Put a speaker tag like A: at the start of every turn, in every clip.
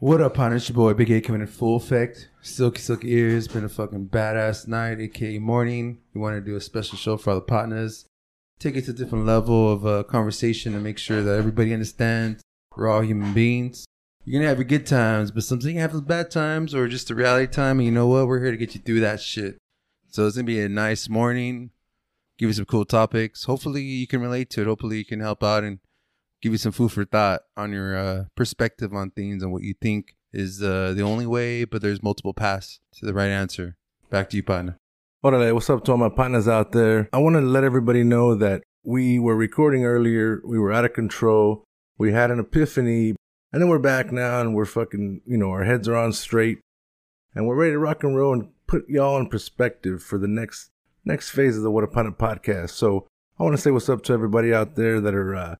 A: What up, partner? It's your boy Big A coming in full effect. Silky, silky ears. Been a fucking badass night, aka morning. We want to do a special show for all the partners. Take it to a different level of uh, conversation and make sure that everybody understands we're all human beings. You're gonna have your good times, but sometimes you have those bad times or just the reality time. And you know what? We're here to get you through that shit. So it's gonna be a nice morning. Give you some cool topics. Hopefully you can relate to it. Hopefully you can help out and give you some food for thought on your uh, perspective on things and what you think is uh, the only way, but there's multiple paths to the right answer. Back to you, partner.
B: Orale, what's up to all my partners out there? I want to let everybody know that we were recording earlier. We were out of control. We had an epiphany. And then we're back now and we're fucking, you know, our heads are on straight. And we're ready to rock and roll and put y'all in perspective for the next next phase of the What a Pundit podcast. So I want to say what's up to everybody out there that are uh,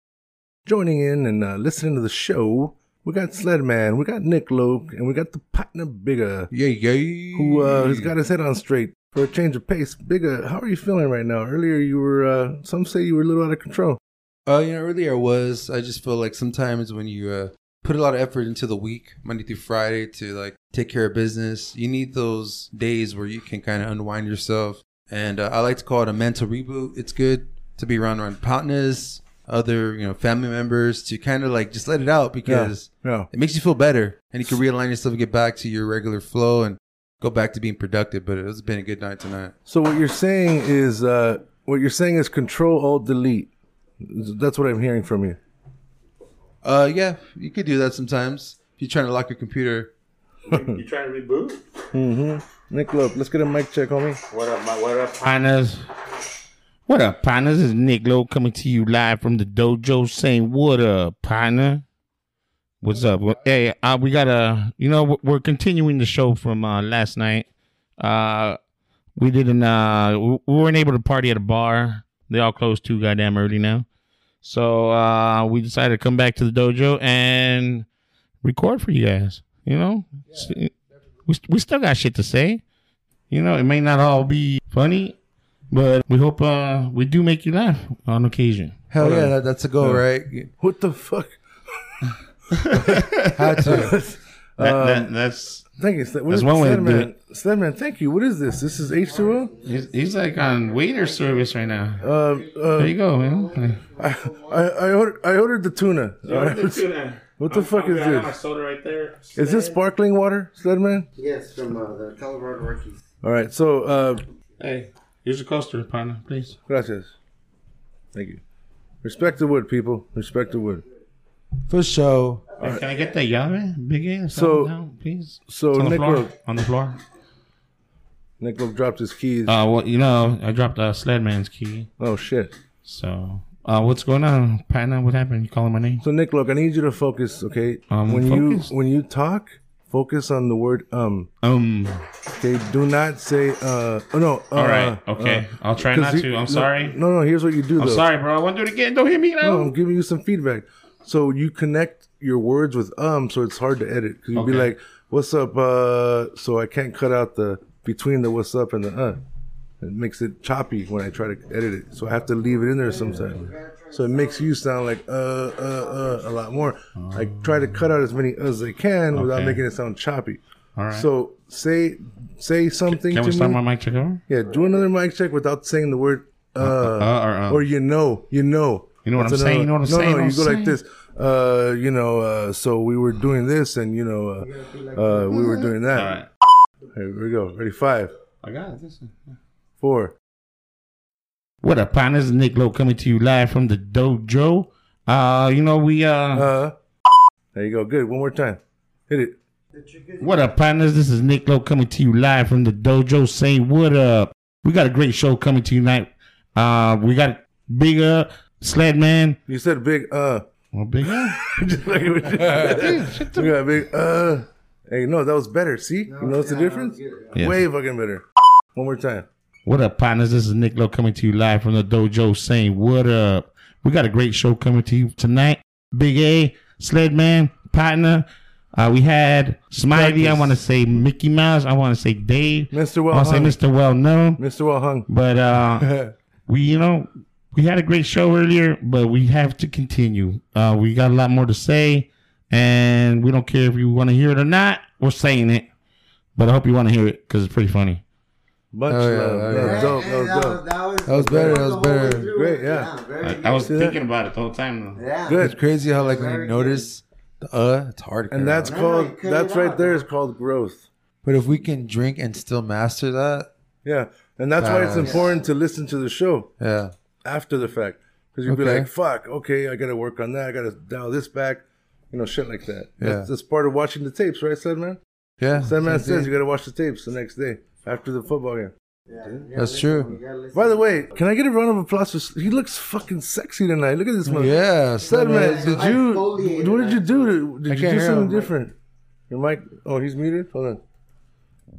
B: joining in and uh, listening to the show. We got Sledman, we got Nick Loke, and we got the partner Bigger
A: Yeah, yeah.
B: who uh, has got his head on straight for a change of pace. Bigga, how are you feeling right now? Earlier, you were uh, some say you were a little out of control.
A: Uh, you know, earlier I was. I just feel like sometimes when you uh, put a lot of effort into the week, Monday through Friday, to like take care of business, you need those days where you can kind of unwind yourself. And uh, I like to call it a mental reboot. It's good to be around around partners, other you know family members, to kind of like just let it out because
B: yeah.
A: it makes you feel better, and you can realign yourself and get back to your regular flow and go back to being productive. But it's been a good night tonight.
B: So what you're saying is uh, what you're saying is Control Alt Delete. That's what I'm hearing from you.
A: Uh, yeah, you could do that sometimes if you're trying to lock your computer.
C: You trying to reboot?
B: Nick Lope, let's get a mic check, homie.
C: What up, my what up?
D: partners. What up, partners? This is Nick Lowe coming to you live from the dojo saying, What up, partner? What's up? Well, Hey, uh, we got a, you know, we're- we're continuing the show from uh, last night. Uh, we didn't, uh, we we weren't able to party at a bar. They all closed too goddamn early now. So uh, we decided to come back to the dojo and record for you guys. You know, we, we still got shit to say. You know, it may not all be funny, but we hope uh we do make you laugh on occasion.
A: Hell yeah, that, that's a goal, right?
B: What the fuck?
A: Had to.
D: That, that, that's
B: Um, Thank you. Sle- What
D: That's
B: is
D: one way to do
B: Sledman? Sledman, thank you. What is this? This is H2O.
D: he's, he's like on waiter service right now.
B: Um,
D: There
B: uh,
D: you go, man.
B: I, I, I ordered I ordered the tuna. What the fuck is
C: I got my
B: this?
C: soda right there.
B: Is this sparkling water, Sledman?
E: Yes, from uh, the Colorado Rockies.
B: All right. So uh,
D: Hey, here's a coaster, partner, please.
B: Gracias. Thank you. Respect the wood, people. Respect the wood.
A: For sure.
D: Hey, can I get that llave, big ass?
B: So-
D: down, please.
B: so
D: It's on the
B: Nick
D: floor.
B: Lowe-
D: On the floor.
B: Nicholas dropped his keys.
D: Uh, well, you know, I dropped uh, Sledman's key.
B: oh shit.
D: So, uh, what's going on, partner? What happened? You calling my name?
B: So Nick, look, I need you to focus, okay?
D: I'm
B: when
D: focused.
B: you when you talk, focus on the word um.
D: Um.
B: Okay, do not say uh. Oh no. Uh,
D: All right. Okay. I'll try not to. I'm sorry.
B: No, no. Here's what you do.
D: I'm
B: though.
D: sorry, bro. I want to do it again. Don't hit me now.
B: No, I'm giving you some feedback. So you connect your words with um, so it's hard to edit. Cause you'd be
D: Okay.
B: like, "What's up?" Uh, so I can't cut out the between the "what's up" and the uh. It makes it choppy when I try to edit it, so I have to leave it in there sometimes. So it makes you sound like uh, uh, uh a lot more. I try to cut out as many as I can without
D: Okay.
B: making it sound choppy.
D: All right.
B: So say say something
D: Can we
B: to
D: start
B: me.
D: my mic check over?
B: yeah, do another mic check without saying the word uh,
D: uh, or, uh.
B: or you know, you know.
D: You know what
B: That's
D: I'm saying? You know what I'm
B: no,
D: saying?
B: No,
D: You know
B: you go
D: what I'm
B: like this. Uh, you know, uh, so we were doing this, and you know, uh, uh, we were doing that.
D: All right.
B: Here we go. Ready? Five,
D: I got it. This is-
B: four.
D: What up, partners? Nick Lowe coming to you live from the dojo. Uh, you know we uh,
B: Uh, there you go. Good. One more time. Hit it.
D: what up, partners? This is Nick Lowe coming to you live from the dojo. Saying what up? We got a great show coming to you tonight. Uh, we got Big Uh, Sled Man.
B: You said big uh.
D: Well, Big Uh.
B: Just like it was- we got big uh. Hey, no, that was better. See, you notice the
E: yeah,
B: difference?
E: that was good,
D: yeah.
B: Way fucking better. One more time.
D: What up, partners? This is Nick Lowe coming to you live from the dojo saying, What up? We got a great show coming to you tonight. Big A, Sled Man, partner. Uh, we had Smiley, I
B: Practice.
D: want to say Mickey Mouse, I want to say Dave,
B: Mr. Well uh,
D: I want to say
B: Hung.
D: Mr. Well Known.
B: Mr. Well Hung.
D: But uh, we, you know, we had a great show earlier, but we have to continue. Uh, we got a lot more to say, and we don't care if you want to hear it or not. We're saying it, but I hope you want to hear it because it's pretty funny.
B: Bunch
A: Oh, yeah,
B: love.
A: oh,
B: that
A: yeah.
B: was dope. That was dope.
A: That was better, that was better.
B: Great, yeah.
E: very good.
D: I was
B: See that?
D: thinking about it the whole time. Though.
E: yeah.
B: Good.
A: It's crazy how like when you
E: Very
A: notice the uh, it's hard. to
B: And
A: cut
B: that's
A: out.
E: No, you
B: called.
E: cut it
B: That's right
E: out.
B: there is called growth.
A: but if we can drink and still master that,
B: Yeah, and that's why it's
A: Badass.
B: important to listen to the show
A: yeah,
B: after the fact because you'll be
A: Okay.
B: like, "Fuck, okay, I got to work on that. I got to dial this back." You know, shit like that.
A: Yeah.
B: That's, that's part of watching the tapes, right, Sandman?
A: yeah,
B: Sandman
A: that's
B: says
A: it.
B: you got to watch the tapes the next day after the football game.
A: that's true.
B: By the way, can I get a round of applause for? He looks fucking sexy tonight. Look at this one.
A: Yeah,
B: Sandman,
A: Sledman.
E: Yeah,
B: did
E: I
B: you?
E: exfoliated
B: What did you do? to-
A: I
B: Did you
A: can't
B: do
A: hear
B: something
A: him.
B: different? Your mic? Oh, he's muted. Hold on.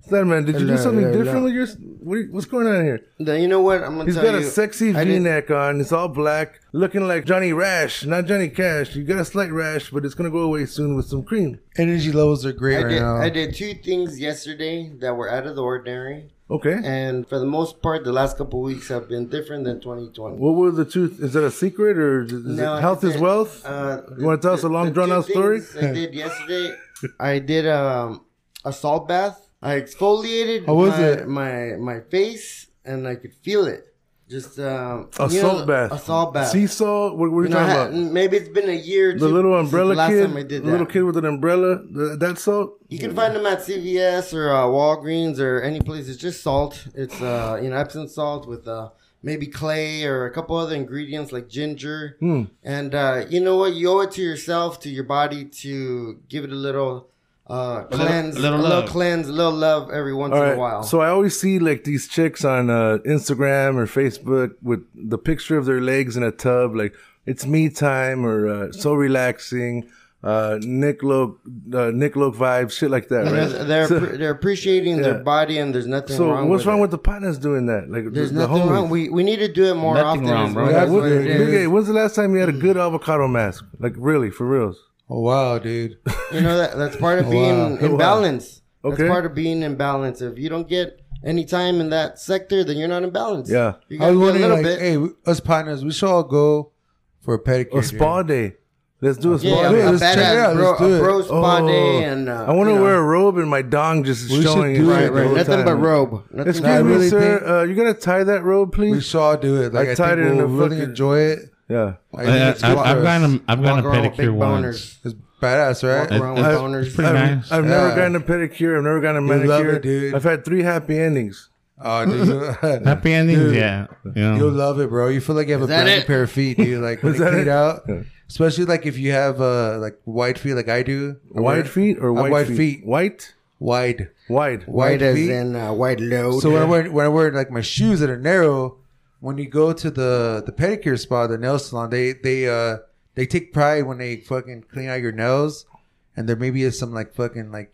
B: Sandman, did you
A: Hello,
B: do something
A: hello.
B: different with your? What, are you- what's going on here?
E: Now, you know what? I'm gonna
B: He's
E: tell
B: got
E: you.
B: a sexy
E: I didn't-
B: V-neck on. It's all black, looking like Johnny Rash, not Johnny Cash. You got a slight rash, but it's gonna go away soon with some cream.
A: Energy levels are
E: I
A: great right
E: did,
A: now.
E: I did two things yesterday that were out of the ordinary,
B: Okay.
E: and for the most part, the last couple weeks have been different than 2020.
B: What were the two? Is that a secret or is
E: No,
B: it health is
E: the-
B: wealth?
E: Uh,
B: You wanna tell us a long,
E: the
B: drawn-out
E: two
B: story?
E: things I did yesterday. I did um, a salt bath. I exfoliated
A: How was
E: my,
A: it?
E: my my face, and I could feel it. Just um,
B: a
E: you
B: salt
E: know,
B: bath.
E: A salt bath.
B: Sea salt. What, what are you
E: You know, I
B: talking
E: had- mm,
B: about?
E: Maybe it's been a year. or
B: The
E: two
B: little
E: since
B: umbrella
E: last
B: kid,
E: time I did
B: the little
E: that.
B: kid with an umbrella. Th- that salt.
E: You can find them at CVS or uh, Walgreens or any place. It's just salt. It's uh, you know Epsom salt with uh, maybe clay or a couple other ingredients like ginger. And uh, you know what? You owe it to yourself, to your body, to give it a little uh, cleanse, a
D: little
E: little,
D: love.
E: cleanse, a little love every once
B: All
E: in
B: right.
E: a while.
B: So I always see like these chicks on uh, Instagram or Facebook with the picture of their legs in a tub, like it's me time or uh, so relaxing, uh, Nick Loke, uh, Nick Loke vibes, shit like that,
E: You know,
B: right?
E: they're
B: So-
E: appre- they're appreciating their
B: Yeah.
E: body, and there's nothing
B: so
E: wrong.
B: what's
E: with
B: wrong
E: it.
B: with the partners doing that? Like
E: There's
B: the, the
E: nothing
B: homies.
E: wrong. We we need to do it more
D: Nothing
E: often.
D: wrong,
E: is
D: bro.
E: what-
B: Yeah,
E: That's
B: what-
E: what it
B: Big A,
E: is.
B: when's the last time you had a good avocado mask? Like really, for reals?
A: Oh wow, dude.
E: You know that that's part of
A: Wow.
E: being in
B: Wow.
E: balance.
B: Okay.
E: That's part of being in balance. If you don't get any time in that sector, then you're not in balance.
B: Yeah.
E: you
A: I was
E: got to a
A: wondering,
E: little
A: like,
E: bit.
A: hey, we- us partners, we should all go for a pedicure.
B: A spa
A: dude.
B: day. Let's do a spa
E: yeah,
B: day.
A: yeah,
E: a
A: let's check it
E: badass
A: out,
E: bro,
A: let's do
E: a
A: it.
E: bro spa
B: Oh,
E: day, and uh,
B: I want
E: you
B: to
E: know,
B: wear a robe and my dong just
A: We should
B: showing.
A: do it,
B: and shit
E: right,
B: the
E: right.
B: whole
E: Nothing
B: time.
E: but robe. Nothing
B: Excuse
E: but
A: I
B: me,
A: really
B: sir.
A: think-
B: Uh, you gonna tie that robe,
A: We
B: please?
A: should all do it. Like,
B: I
A: I,
B: tied
A: think
B: it in
A: we'll
B: a
A: really
B: fucking-
A: enjoy it.
B: yeah.
A: I
D: I,
A: think it's good
D: have
A: for
D: got
A: us.
D: a, I've got a
E: walk around with
D: pedicure
E: big
D: once.
E: boners.
A: It's badass,
E: Walk
A: right?
E: around with
B: That's
E: boners.
D: pretty
B: I've,
D: nice.
B: I've never
A: Yeah.
B: gotten a pedicure. I've never gotten a manicure.
A: You'll love it, dude.
B: I've had three happy endings.
A: Oh, dude. you-
D: Happy endings, yeah. yeah.
A: You'll love it, bro. You feel like you have a
E: that
A: brand new
E: it?
A: pair of feet, dude. Like when
B: Is
A: they
B: that
A: clean it
B: it?
A: out,
B: Yeah.
A: especially like if you have uh like wide feet, like I do. I wear
B: Wide feet or
A: I have
B: white,
A: wide
B: feet?
A: Uh, feet.
B: White,
A: wide,
B: wide.
E: White
A: wide
E: as
A: feet.
E: in uh, white load.
A: So when I wear when I wear like my shoes that are narrow, when you go to the the pedicure spa, the nail salon, they they uh they take pride when they fucking clean out your nails, and there maybe is some like fucking like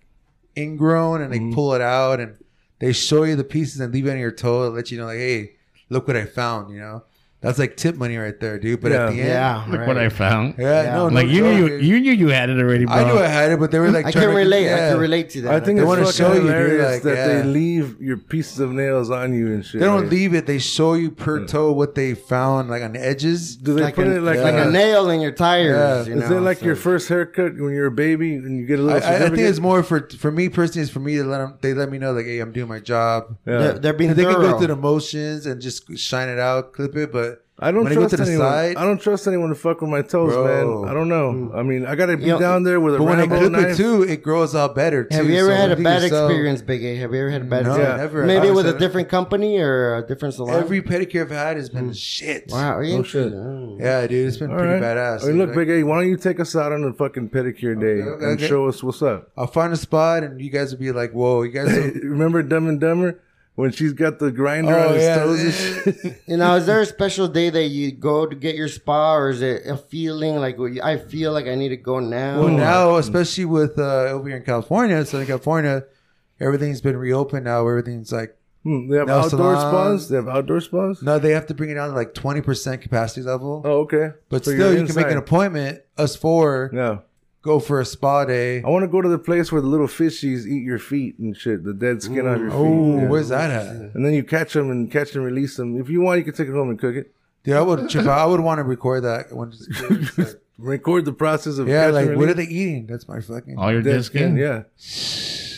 A: ingrown, and they
B: Mm-hmm.
A: pull it out and they show you the pieces and leave it on your toe and let you know like, hey, look what I found, you know. That's like tip money right there, dude. But at
B: Yeah.
A: the end,
E: yeah,
D: Look
E: right.
D: what I found.
A: yeah,
E: Yeah.
A: no, no
D: Like you knew
A: joke,
D: you,
A: dude.
D: you knew you had it already, bro.
A: I knew I had it, but they were like,
E: I
A: trying
E: can
A: to-
E: relate. I
A: yeah.
E: can relate to that.
B: I think
A: They
B: it's
A: wanna
B: fucking
A: show you, dude,
B: hilarious
A: like,
B: that
A: yeah.
B: they leave your pieces of nails on you and shit.
A: They don't
B: like-
A: leave it. They show you per toe what they found, like on the edges.
B: Mm. Do they
E: like,
B: put
E: an-
B: it like,
E: like
B: a
E: a nail in your tires.
A: Yeah.
E: You know,
B: Is it like
E: so-
B: your first haircut when you're a baby and you get a
A: I,
B: little?
A: I- I think
B: certificate?
A: it's more for for me personally. It's for me to let them. They let me know like, hey, I'm doing my job.
B: Yeah.
E: They're, they're being
A: And they can
E: thorough.
A: go through the motions and just shine it out, clip it. But
B: I don't
A: when they go to
B: trust
A: the
B: anyone.
A: side-
B: I don't trust anyone to fuck with my toes,
A: Bro. Mm.
B: man. I don't know. I mean, I gotta be
E: You know,
B: down there with a
A: but when they
B: Rambo
A: clip
B: knife.
A: it too, it grows out better. Too,
E: Have you ever
A: So
E: had a
A: do
E: bad
A: yourself-
E: experience, Big A? Have you ever had a bad
A: No,
E: experience?
A: never.
E: Maybe
A: I
E: with a
A: said-
E: different company or a different salon.
A: Every pedicure I've had has been shit.
E: wow,
B: Oh, shit.
E: Oh.
A: Yeah, dude, it's been
B: All
A: pretty
B: right.
A: badass.
B: I
A: dude.
B: mean, look,
A: Like,
B: Big A, why don't you take us out on a fucking pedicure day
A: okay,
B: and
A: okay.
B: show us what's up?
A: I'll find a spot, and you guys will be like, "Whoa, you guys!" Are,
B: Remember Dumb and Dumber? when she's got the grinder
A: Oh,
B: on his
A: yeah.
B: toes and shit.
E: You know, is there a special day that you go to get your spa, or is it a feeling like well, I feel like I need to go now?
B: Oh,
A: Well, now, especially with uh, over here in California, Southern California, everything's been reopened now. Everything's like
B: Hmm, they have
A: No
B: outdoor
A: salon.
B: spas. They have outdoor spas.
A: no, they have to bring it down to like twenty percent capacity level.
B: Oh, okay.
A: But
B: So
A: still,
B: you're
A: you can make an
B: inside.
A: appointment. Us four
B: Yeah.
A: go for a spa day.
B: I want to go to the place where the little fishies eat your feet and shit, the dead skin on your feet.
A: Oh,
B: yeah.
A: where's that at?
B: And then you catch them and catch and release them. If you want, you can take it home and cook it.
A: Dude, I would chip out. I would want to record that. When it's like-
B: Record the process of
A: yeah,
B: catch
A: like
B: and
A: what are
B: release.
A: they eating? That's my fucking.
D: All your
B: Dead
D: disc in.
B: skin, yeah,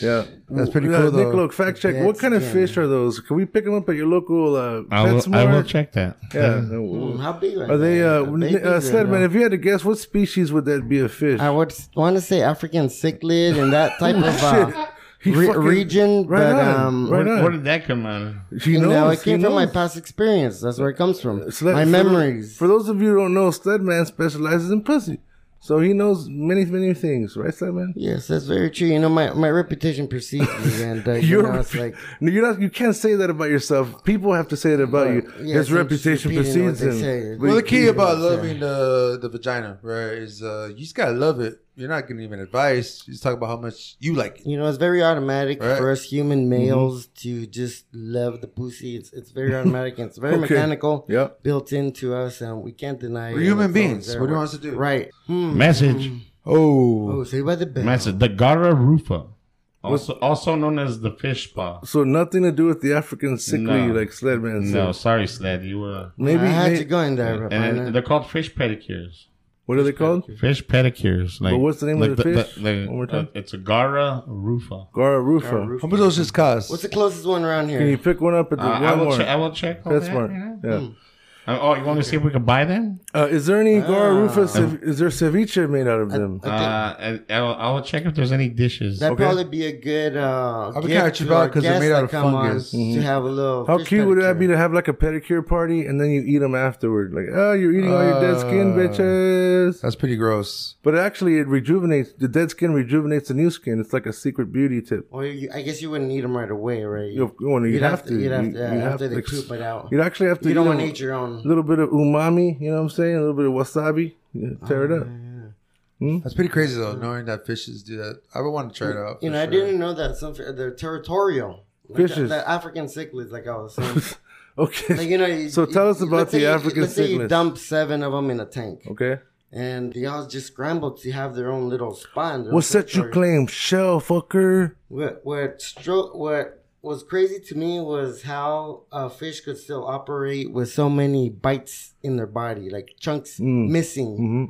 B: yeah.
A: That's pretty
B: Yeah,
A: cool,
B: Nick,
A: though.
B: look, fact check.
E: Dead
B: what kind of
E: skin.
B: fish are those? Can we pick them up at your local uh,
D: I will, I will
B: Petsmart?
D: check that.
B: Yeah.
E: Mm, how big
B: Are they? Uh,
E: Babies
B: Nick- uh,
E: or
B: Sledman,
E: no?
B: if you had to guess, what species would that be a fish?
E: I would want to say African cichlid and that type of uh,
B: He
E: re-
B: fucking-
E: region,
B: Right
E: but
B: on,
E: um,
B: right
D: Where,
B: on.
D: where did that come out of?
B: She
E: you
B: knows.
E: know, it came
B: he
E: from my
B: knows.
E: past experience. That's where it comes from.
B: Sled-
E: my
B: for-
E: memories.
B: For those of you who don't know, Sledman specializes in pussy, so he knows many, many things, right, Sledman?
E: yes, that's very true. You know, my, my reputation precedes me, and uh, you
B: Your
E: know, it's like
B: No, you're not. You can't say that about yourself. People have to say it about you.
E: yeah,
B: His
E: so I'm just
B: reputation
E: repeating what
B: precedes
E: they
B: him.
E: say.
B: But
A: Well, the
B: he-
A: key about
E: Yeah.
A: loving the the vagina, right, is uh, you just gotta love it. You're not giving even advice. You just talk about how much you like it.
E: you know, it's very automatic
A: Right.
E: for us
B: Mm-hmm.
E: human males to just love the pussy. It's it's very automatic and it's very
B: Okay.
E: mechanical,
B: Yeah.
E: built into us, and we can't deny.
A: We're
E: it.
A: human
E: It's always
A: beings.
E: there.
A: What do you want us to do?
E: Right. Hmm.
D: Message.
A: Oh,
E: Oh, say by the
B: Mm.
E: bell.
D: Message. The Gara Rufa. Also, also known as the fish paw.
B: So nothing to do with the African sickly
D: No.
B: like Sledman. said.
D: No, sorry, Sled. You were.
B: Maybe.
E: I had
B: may-
E: to go in there. Rapana.
D: And they're called fish pedicures.
B: what are they called?
D: Fish pedicures. Like,
B: But what's the name of
D: like
B: the fish?
D: the-
B: One more time.
D: uh, it's a Gara Rufa.
B: Gara Rufa.
A: how much does this cost?
E: What's the closest one around
B: Can
E: here?
B: you pick one up at the
D: Uh, I will.
B: Walmart?
D: Che- I will check. on
B: That's
D: that,
B: smart.
D: you know?
B: Yeah.
E: Hmm.
D: Uh, oh, you want to see if we can buy them?
B: Uh, is there any Gara Rufa?
D: Um,
B: cev- is there ceviche made out of them?
E: Ah. I
D: Uh,
E: think
D: I, I will, I will check if there's any dishes.
E: that'd
B: okay.
E: probably be a good. Uh,
A: I'm
E: gift
A: kinda cheap
E: to our
A: out 'cause they're
E: guests
A: made out
E: that
A: of
E: come on
A: fungus.
D: Mm-hmm.
E: To have a little.
B: How
E: fish
B: cute would that be
E: pedicure.
B: to have like a pedicure party and then you eat them afterward? Like, oh, you're eating all your dead skin,
A: Uh,
B: bitches.
A: That's pretty gross.
B: But actually, it rejuvenates the dead skin. Rejuvenates the new skin. It's like a secret beauty tip.
E: Or you, I guess you wouldn't eat them right away, right?
B: You, you want to? You
E: You'd
B: have to.
E: You'd have
B: You-
E: to. yeah,
B: you
E: after
B: have
E: they
B: to-
E: poop it out.
B: You'd actually have to.
E: You don't
B: eat
E: want to
B: them-
E: eat your own.
B: A little bit of umami, you know what I'm saying? A little bit of wasabi, yeah, tear it up.
A: That's pretty crazy though, knowing that fishes do that. I would want to try it out.
E: You
A: for
E: know, I
A: sure.
E: didn't know that some they're territorial. Like
B: Fishes.
E: The, the African cichlids, like I was saying. Mm-hmm.
B: Okay.
E: like, you know, you-
B: so tell
E: you-
B: us
E: you-
B: about
E: let's say
B: the
E: you-
B: African
E: Let's say you
B: cichlids.
E: dump seven of them in a tank,
B: okay.
E: and they all just scrambled to have their own little spawn. their own
B: What's that you
E: territory.
B: claim, shell fucker?
E: What what stro- what was crazy to me was how a fish could still operate with so many bites in their body, like chunks missing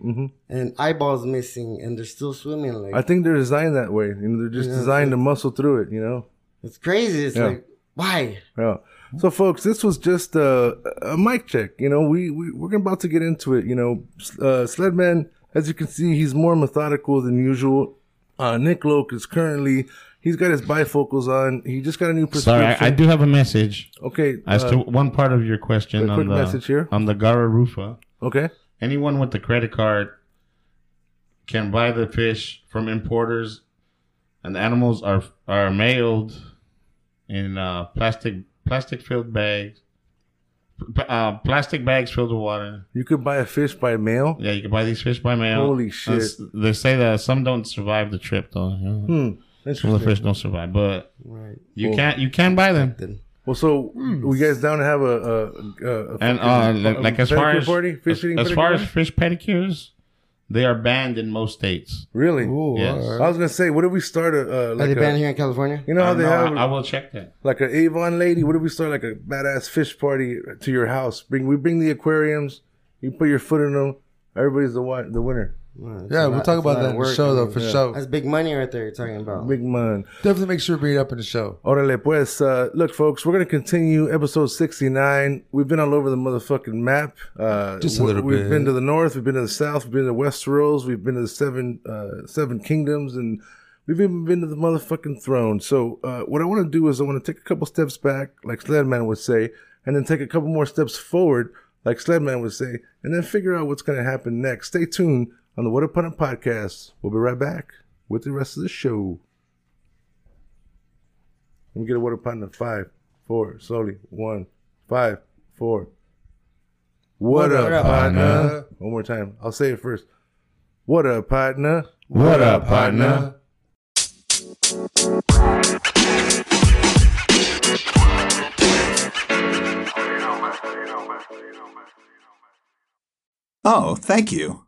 B: Mm-hmm,
E: and eyeballs missing, and they're still swimming. Like
B: I think they're designed that way. You know, they're just
E: Yeah,
B: designed to muscle through it, you know?
E: it's crazy. It's
B: Yeah.
E: like why?
B: Yeah. So, folks, this was just a, a mic check. You know, we, we, we're about to get into it. You know, uh, Sledman, as you can see, he's more methodical than usual. Uh, Nick Loke is currently, he's got his bifocals on. He just got a new
D: Sorry,
B: prescription.
D: I, I do have a message
B: Okay.
D: as
B: uh,
D: to one part of your question
B: a
D: on
B: quick
D: the uh,
B: message here.
D: on the Gara Rufa.
B: okay.
D: Anyone with a credit card can buy the fish from importers, and the animals are are mailed in uh, plastic plastic filled bags, p- uh, plastic bags filled with water.
B: You could buy a fish by mail.
D: Yeah, you can buy these fish by mail.
B: Holy
D: Uh,
B: shit.
D: s- They say that some don't survive the trip though. you know.
B: Hmm.
D: Some of the
B: Interesting.
D: fish don't survive, but
E: Right.
D: you can you can buy them.
E: Then
B: Well, so
A: Hmm.
B: we guys down to have a, a, a, a
D: And uh,
B: fucking-
D: like,
B: a
D: like as far
B: pedicure
D: as
B: party, fish
D: as,
B: eating
D: as far
B: pedicure
D: as
B: party?
D: fish pedicures, they are banned in most states.
B: really.
A: Ooh,
D: Yes.
A: all
B: I
A: right.
B: was gonna say, what if we start a uh,
E: are
B: like
E: they banned
B: a,
E: here in California?
B: you know
D: I
B: how
D: don't
B: they
D: know,
B: have
D: I, I will check that.
B: like an Avon lady? What if we start like a badass fish party to your house? Bring we bring the aquariums. You put your foot in them. Everybody's the wi- the winner.
E: Well, it's
A: Yeah,
E: a
A: we'll
E: lot-
A: talk
E: it's a
A: about
E: lot
A: that
E: of
A: in the
E: work.
A: show though for sure.
E: That's big money right there. You're talking about.
B: Big man.
A: Definitely make sure to bring it up in the show.
B: Orale, pues, uh, look, folks, we're going to continue episode 69. We've been all over the motherfucking map. Uh,
A: Just a
B: we-
A: little
B: we've
A: bit.
B: been to the north, we've been to the south, we've been to Westeros, we've been to the seven, uh, seven kingdoms, and we've even been to the motherfucking throne. So, uh, what I want to do is I want to take a couple steps back, like Sledman would say, and then take a couple more steps forward, like Sledman would say, and then figure out what's going to happen next. Stay tuned on the What Upon It podcast. We'll be right back with the rest of the show. Let me get a What Upon It five, four, three, two, one. four, slowly. One, five, four. What,
E: What
B: up,
E: up,
B: partner?
A: partner?
B: One more time. I'll say it first. What up, partner?
D: What up,
B: partner?
F: Oh, thank you.